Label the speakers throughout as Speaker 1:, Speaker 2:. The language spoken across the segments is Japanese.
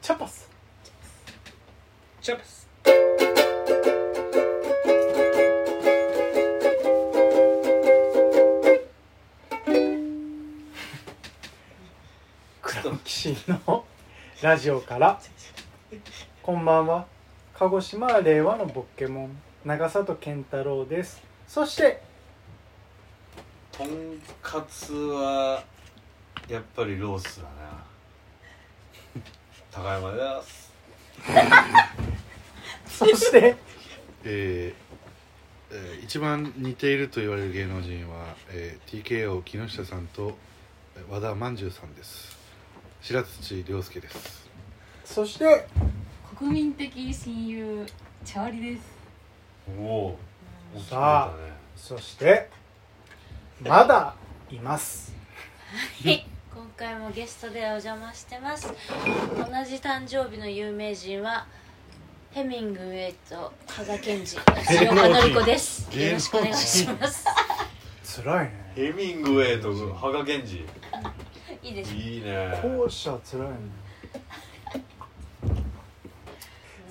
Speaker 1: チャパス
Speaker 2: チャプス
Speaker 1: 倉木市のラジオからこんばんは鹿児島は令和のボッケモン長里健太郎ですそして
Speaker 3: とんかつはやっぱりロースだな高山です
Speaker 1: そして
Speaker 4: えーえー一番似ていると言われる芸能人は、えー、TKO 木下さんとえー和田まんじゅうさんです白土亮介です
Speaker 1: そして
Speaker 5: 国民的親友チャーリです
Speaker 3: おお大きくな
Speaker 1: さそしてまだいます
Speaker 6: はい今回もゲストでお邪魔してます同じ誕生日の有名人はヘミングウェイと加賀健二
Speaker 4: 芸
Speaker 6: 塩
Speaker 4: 能人
Speaker 6: 岡典子です
Speaker 4: 芸能人
Speaker 6: よろしくお願いします
Speaker 1: 辛い
Speaker 3: った
Speaker 1: ね
Speaker 3: ねヘミングウェイと羽賀源氏
Speaker 6: いいです
Speaker 3: いいね
Speaker 1: 後者辛いね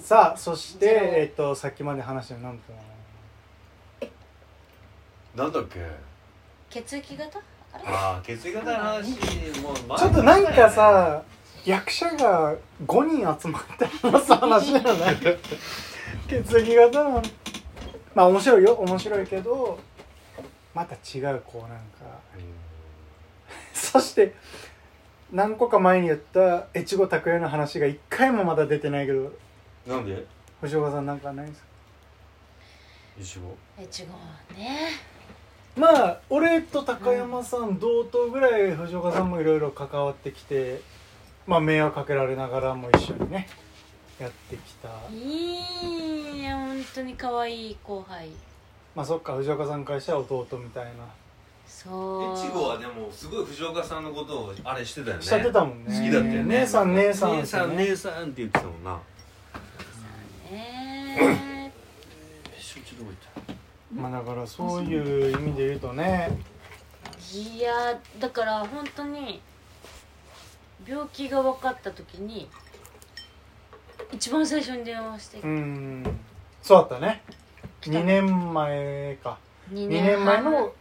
Speaker 1: さあそしてえっとさっきまで話したのなんだったか
Speaker 3: なんだっけ
Speaker 6: 血液型あれ
Speaker 3: ああ血液型の話もう前
Speaker 1: なちょっとなんかさ役者が5人集まって話す話だよ ね血液型なのまあ面白いよ面白いけどまた違うこうなんかそして何個か前に言った越後拓也の話が一回もまだ出てないけど
Speaker 3: なんで
Speaker 1: 星岡さんなんかないですか
Speaker 3: いちご
Speaker 6: え違うね
Speaker 1: まあ俺と高山さん同等ぐらい藤岡さんもいろいろ関わってきてまあ迷惑かけられながらも一緒にねやってきた
Speaker 6: いいね本当に可愛い後輩
Speaker 1: まあそっか藤岡さんからしたら弟みたいな
Speaker 6: そう
Speaker 2: ちごはでもすごい藤岡さんのことをあれしてたよね
Speaker 1: しちゃってたもんね
Speaker 2: 好きだったよね
Speaker 1: 姉さん姉さん
Speaker 2: 姉さん
Speaker 1: ってね
Speaker 2: 姉さんって言ってたもんな
Speaker 6: ね
Speaker 2: ちょちょどこ行った
Speaker 1: まあだからそういう意味で言うとね
Speaker 6: いやーだから本当に病気が分かった時に一番最初に電話して
Speaker 1: うんそうだったね2年前か2
Speaker 6: 2
Speaker 1: 年前の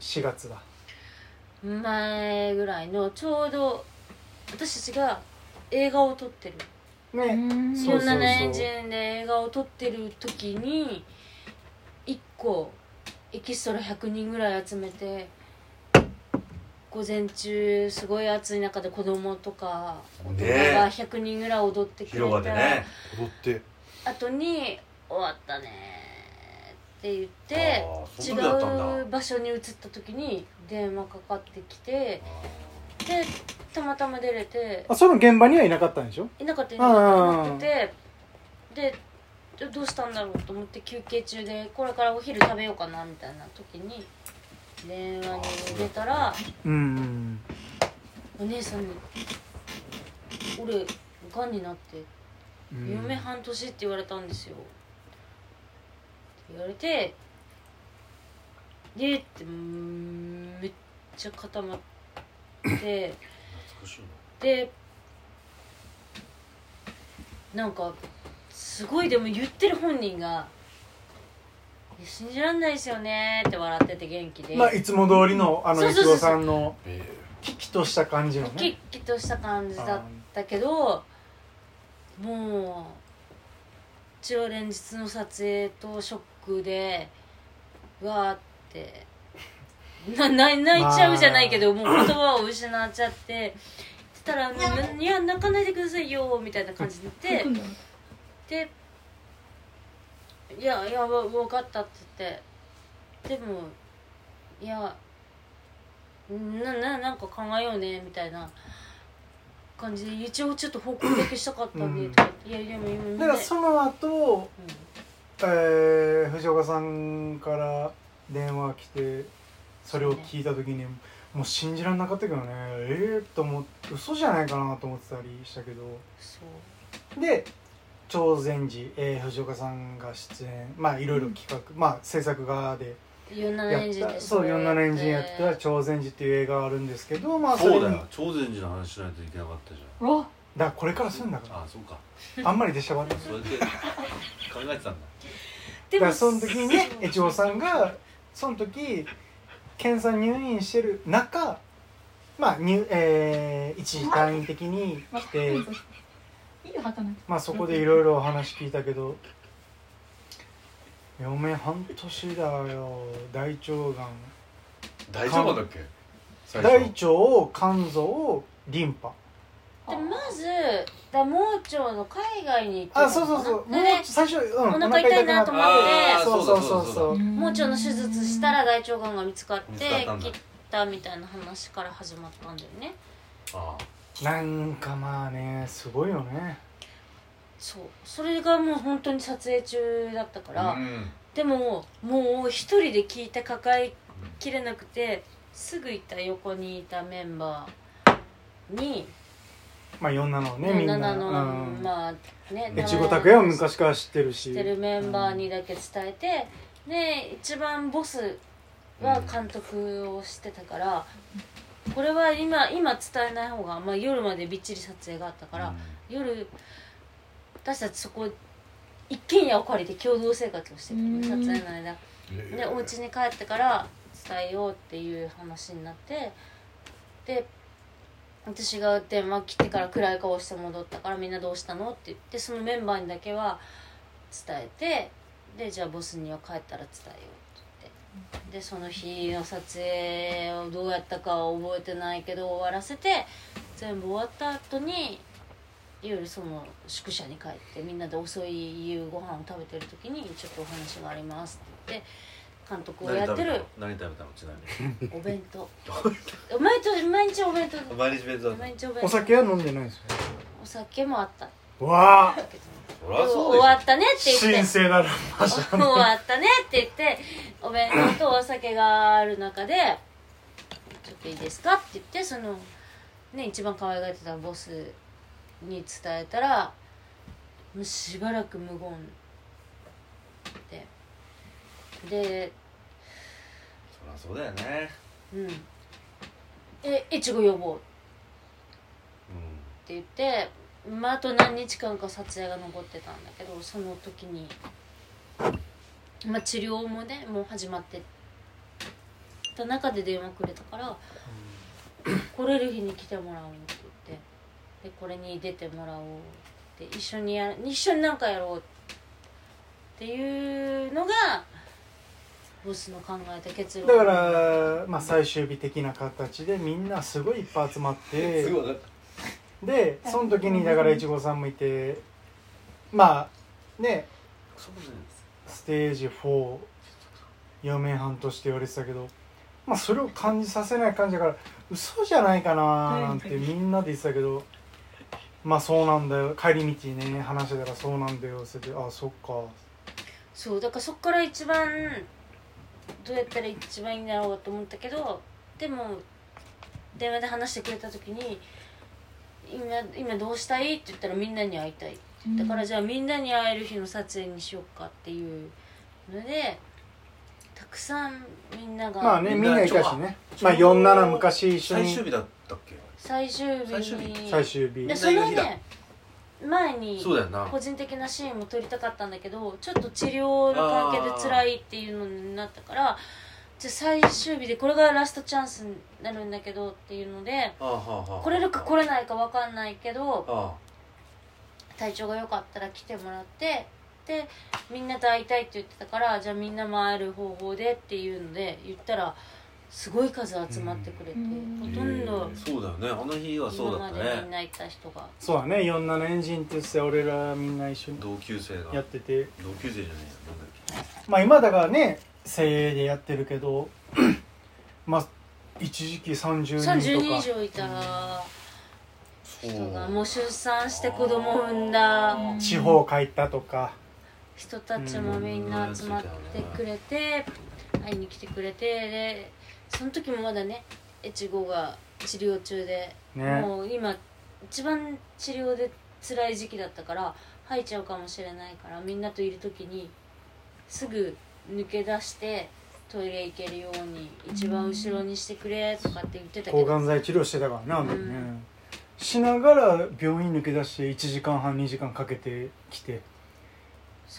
Speaker 1: 4月だ
Speaker 6: 前ぐらいのちょうど私たちが映画を撮ってる
Speaker 1: ね
Speaker 6: い
Speaker 1: そう
Speaker 6: ろんなエンジンで映画を撮ってる時に1個エキストラ100人ぐらい集めて午前中すごい暑い中で子供とか大人が100人ぐらい踊ってくれた
Speaker 3: 広場でね
Speaker 4: 踊って
Speaker 6: 後に「終わったね」って言っ
Speaker 3: あ
Speaker 6: て
Speaker 3: ー
Speaker 6: 違
Speaker 3: そんなだったんだ
Speaker 6: う場所に移った時に電話かかってきてでたまたま出れて
Speaker 1: あその現場にはいなかったんでしょ
Speaker 6: いなかったいなかったいなくてでどどうしたんだろうと思って休憩中でこれからお昼食べようかなみたいな時に電話に出たら
Speaker 1: うん
Speaker 6: お姉さんに「俺がんになって」
Speaker 1: うん
Speaker 6: 夢半年って言われたんですよ言われてでってうんめっちゃ固まって
Speaker 3: 懐かしい
Speaker 6: でなんかすごいでも言ってる本人が「いや信じらんないですよね」って笑ってて元気で、
Speaker 1: まあいつも通りのあの
Speaker 6: そう
Speaker 1: 伊
Speaker 6: そうそうそう
Speaker 1: 藤さんの
Speaker 4: え
Speaker 1: キキとした感じの
Speaker 6: キッ
Speaker 1: ね
Speaker 6: キとした感じだっ
Speaker 1: あ
Speaker 6: だけどもう一応連日の撮影とショックでうわーってなな泣いちゃうじゃないけど、もう言葉を失っちゃってそしたら「もういや泣かないでくださいよ」みたいな感じで言ってで「いやいやわ分かった」って言ってでも「いやなななんか考えようね」みたいな感じで一応ちょっと報告だけしたかったん
Speaker 1: う
Speaker 6: で
Speaker 1: ん
Speaker 6: とか言って「いやいやもう今
Speaker 1: だからその後、えー、藤岡さんから電話来てそれを聞いた時にもう信じられなかったけどねええと思って嘘じゃないかなと思ってたりしたけど
Speaker 6: そう
Speaker 1: で朝鮮寺、えー藤岡さんが出演まあいろいろ企画、まあ制作側で
Speaker 6: 47
Speaker 1: や
Speaker 6: エン
Speaker 1: っ
Speaker 6: ジン
Speaker 1: た
Speaker 6: で
Speaker 1: そう47エンジンやった
Speaker 6: て
Speaker 1: 朝鮮寺っていう映画があるんですけどまあ
Speaker 3: な
Speaker 1: それ
Speaker 3: そう
Speaker 1: に
Speaker 3: だよ朝鮮寺の話しないといけなかったじゃん
Speaker 5: わ
Speaker 1: だからこれからするんだか
Speaker 2: あそうか
Speaker 1: らあんまり出しゃばらない
Speaker 2: そうやって考えてたんだ
Speaker 1: だ
Speaker 6: で
Speaker 1: からその時にね越後さんがその時検査入院してる中まあ入、えー一時退院的に来て、
Speaker 5: いいよ儚く
Speaker 1: まあそこでいろいろお話聞いたけど嫁半年だよ大腸
Speaker 3: 大丈夫だっけ
Speaker 1: が
Speaker 3: 最
Speaker 1: ん大
Speaker 3: 初
Speaker 1: 腸肝臓リンパ
Speaker 6: でまずだ盲腸の海外に行ってたのかな
Speaker 1: あそうそうそうもう
Speaker 6: でね
Speaker 1: 最初、うん、
Speaker 6: お腹痛いなと思って
Speaker 2: あー
Speaker 1: そうそうそう
Speaker 2: だ
Speaker 1: そう
Speaker 6: 盲腸の手術したら大腸がんが見つかっ
Speaker 2: 見
Speaker 6: て
Speaker 2: つかったんだ
Speaker 6: 切ったみたいな話から始まったんだよね
Speaker 2: あ
Speaker 1: なんかまあねすごいよね
Speaker 6: そうそれがもう本当に撮影中だったから、
Speaker 3: うん
Speaker 6: でももう一人で聞いて抱えきれなくてすぐいた横にいたメンバーに
Speaker 1: まあ4なのねみんな
Speaker 6: 7の、
Speaker 1: うん
Speaker 6: まあね
Speaker 1: 越後拓也は昔から知ってるし
Speaker 6: 知ってるメンバーにだけ伝えて、で一番ボスは監督をしてたから、これは今今伝えない方が、まあ、夜までびっちり撮影があったから、夜私たちそこ一軒家を借りて共同生活をしてた
Speaker 5: うん
Speaker 6: の撮影の間でお家に帰ってから伝えようっていう話になってで私が電話切ってから暗い顔して戻ったからみんなどうしたのって言ってそのメンバーにだけは伝えてでじゃあボスには帰ったら伝えようって言ってでその日の撮影をどうやったかは覚えてないけど終わらせて全部終わった後に夜その宿舎に帰ってみんなで遅い夕ご飯を食べてる時にちょっとお話がありますって言って監督を
Speaker 2: 何
Speaker 6: やっ
Speaker 2: 食
Speaker 6: て
Speaker 2: べた
Speaker 6: る
Speaker 2: の何食べたのちな
Speaker 6: お弁当毎日毎日お弁当
Speaker 2: みに毎日弁当
Speaker 6: 毎日お弁当
Speaker 1: お酒は飲んでないです
Speaker 6: お酒もあった
Speaker 1: よわあ
Speaker 6: けど
Speaker 3: そりゃそう
Speaker 6: 終
Speaker 3: でし
Speaker 6: わ
Speaker 3: ょ
Speaker 6: ったねって言って
Speaker 1: 神聖なる マジ
Speaker 6: 終わったねって言ってお弁当とお酒がある中で「ちょっといいですか?」って言ってそのね一番可愛がってたボスに伝えたらもうしばらく無言でで
Speaker 2: そりゃそうだよね
Speaker 6: うんえ越後呼ぼう
Speaker 2: う
Speaker 6: って言って、まあ、あと何日間か撮影が残ってたんだけどその時に、まあ、治療もねもう始まってた中で電話くれたから来れる日に来てもらおうって言ってでこれに出てもらおうって一緒にや一緒になんかやろうっていうのがボスの考えた結論
Speaker 1: だから、まあ、最終日的な形でみんなすごいいっぱい集まっ
Speaker 2: ん
Speaker 1: て
Speaker 2: すごいなんか
Speaker 1: でその時にだからいちごさんもいてまあね
Speaker 2: そうじゃないです
Speaker 1: ステージ4嫁半年って言われてたけど、まあ、それを感じさせない感じだから嘘じゃないかななんてみんなで言ってたけどまあそうなんだよ帰り道にね話してたらそうなんだよって言ってあそっか
Speaker 6: そうだからそこから一番どうやったら一番いいんだろうと思ったけどでも電話で話してくれた時に「今今どうしたい?」って言ったら「みんなに会いたい」だからじゃあみんなに会える日の撮影にしようかっていうのでたくさんみんなが、
Speaker 1: まあねみんないたしねまあ
Speaker 2: ちょうど
Speaker 1: 47昔一緒
Speaker 2: 最終
Speaker 1: に
Speaker 2: 日だったっけ
Speaker 6: 最終日に
Speaker 2: 最終日
Speaker 1: 最終日
Speaker 6: でその
Speaker 2: みんなの日
Speaker 6: ね前に
Speaker 2: そうだよな
Speaker 6: 個人的なシーンも撮りたかったんだけどちょっと治療の関係で辛いっていうのになったからじゃあ最終日でこれがラストチャンスになるんだけどっていうので
Speaker 2: ああはあはあ
Speaker 6: 来れるか来れないか分かんないけど
Speaker 2: あ
Speaker 6: 体調が良かったら来てもらってでみんなと会いたいって言ってたからじゃあみんなも会える方法でっていうので言ったらすごい数集まってくれて、
Speaker 5: うん
Speaker 6: ほとんど
Speaker 2: そうだよねあの日はそう
Speaker 6: 今
Speaker 2: だ
Speaker 6: ま
Speaker 2: っ
Speaker 6: で
Speaker 2: た
Speaker 6: みん
Speaker 2: ね
Speaker 6: ないた人が
Speaker 1: そうだね47エンジンって言って俺らみんな一緒に
Speaker 2: 同級生が
Speaker 1: やってて
Speaker 2: 同級生じゃないやなんだっけ
Speaker 1: まあ今だからね精鋭でやってるけど まあ一時期30人とか
Speaker 6: 30人以上いた人がもう出産して子供を産んだ
Speaker 1: 地方帰ったとか
Speaker 6: 人たちもみんな集まってくれて会いに来てくれてでその時もまだね越後が治療中で、
Speaker 1: ね
Speaker 6: もう今一番治療で辛い時期だったから吐いちゃうかもしれないからみんなといる時にすぐ抜け出してトイレ行けるように一番後ろにしてくれとかって言ってたけど
Speaker 1: 抗がん剤治療してたからねあの時ね、
Speaker 6: うん
Speaker 1: しながら病院抜け出して1時間半2時間かけてきて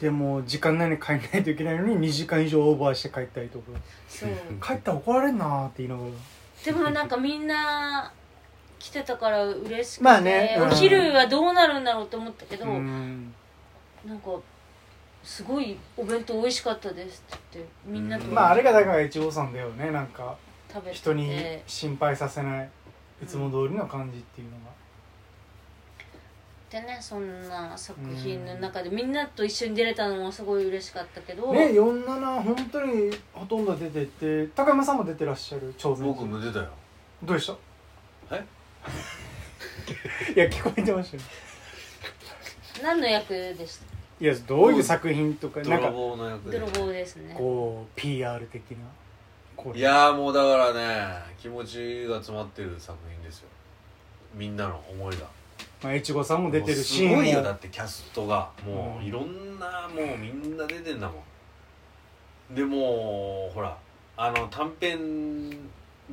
Speaker 1: でもう時間内に帰んないといけないのに2時間以上オーバーして帰ったりとか
Speaker 6: そう
Speaker 1: 帰ったら怒られんなーって言いながら
Speaker 6: でもなんかみんな来てたから嬉しくて、
Speaker 1: まあねうん
Speaker 6: お昼はどうなるんだろうと思ったけど、
Speaker 1: うん
Speaker 6: なんかすごいお弁当美味しかったですって言ってみんなと
Speaker 1: まああれがだから一応さんだよねなんか
Speaker 6: 食べて
Speaker 1: 人に心配させないいつも通りの感じっていうのが
Speaker 6: でねそんな作品の中でみんなと一緒に出れたのもすごい嬉しかったけど、
Speaker 1: ね47本当にほとんど出てて高山さんも出てらっしゃる朝鮮
Speaker 2: 僕も出たよ
Speaker 1: どうでした
Speaker 2: え
Speaker 1: いや聞こえてましたよ
Speaker 6: 何の役でした
Speaker 1: いやどういう作品とかなん
Speaker 2: 泥
Speaker 1: か
Speaker 2: 棒の役で
Speaker 6: 泥棒ですね
Speaker 1: こう PR 的なこう
Speaker 2: いやーもうだからね気持ちが詰まってる作品ですよみんなの思いが
Speaker 1: まあ越後さんも出てるシー
Speaker 2: もうすごいよ
Speaker 1: ン
Speaker 2: だ
Speaker 1: も
Speaker 2: ってキャストがも
Speaker 1: う
Speaker 2: うんいろんなもうみんな出てんだもんでもうほらあの短編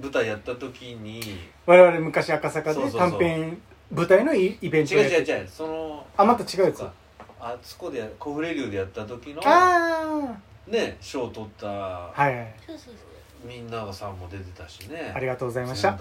Speaker 2: 舞台やった時に
Speaker 1: 我々昔赤坂
Speaker 2: そう
Speaker 1: で
Speaker 2: そうそう
Speaker 1: 短編舞台のイイベント
Speaker 2: 違う
Speaker 1: やって
Speaker 2: 違う違うその
Speaker 1: あまた違うやつ
Speaker 2: そっかあそこでや小暮流でやった時の
Speaker 1: あ
Speaker 2: ね賞取った、
Speaker 1: あはいはい
Speaker 6: そうそうそう
Speaker 2: みんながさんも出てたしね
Speaker 1: ありがとうございました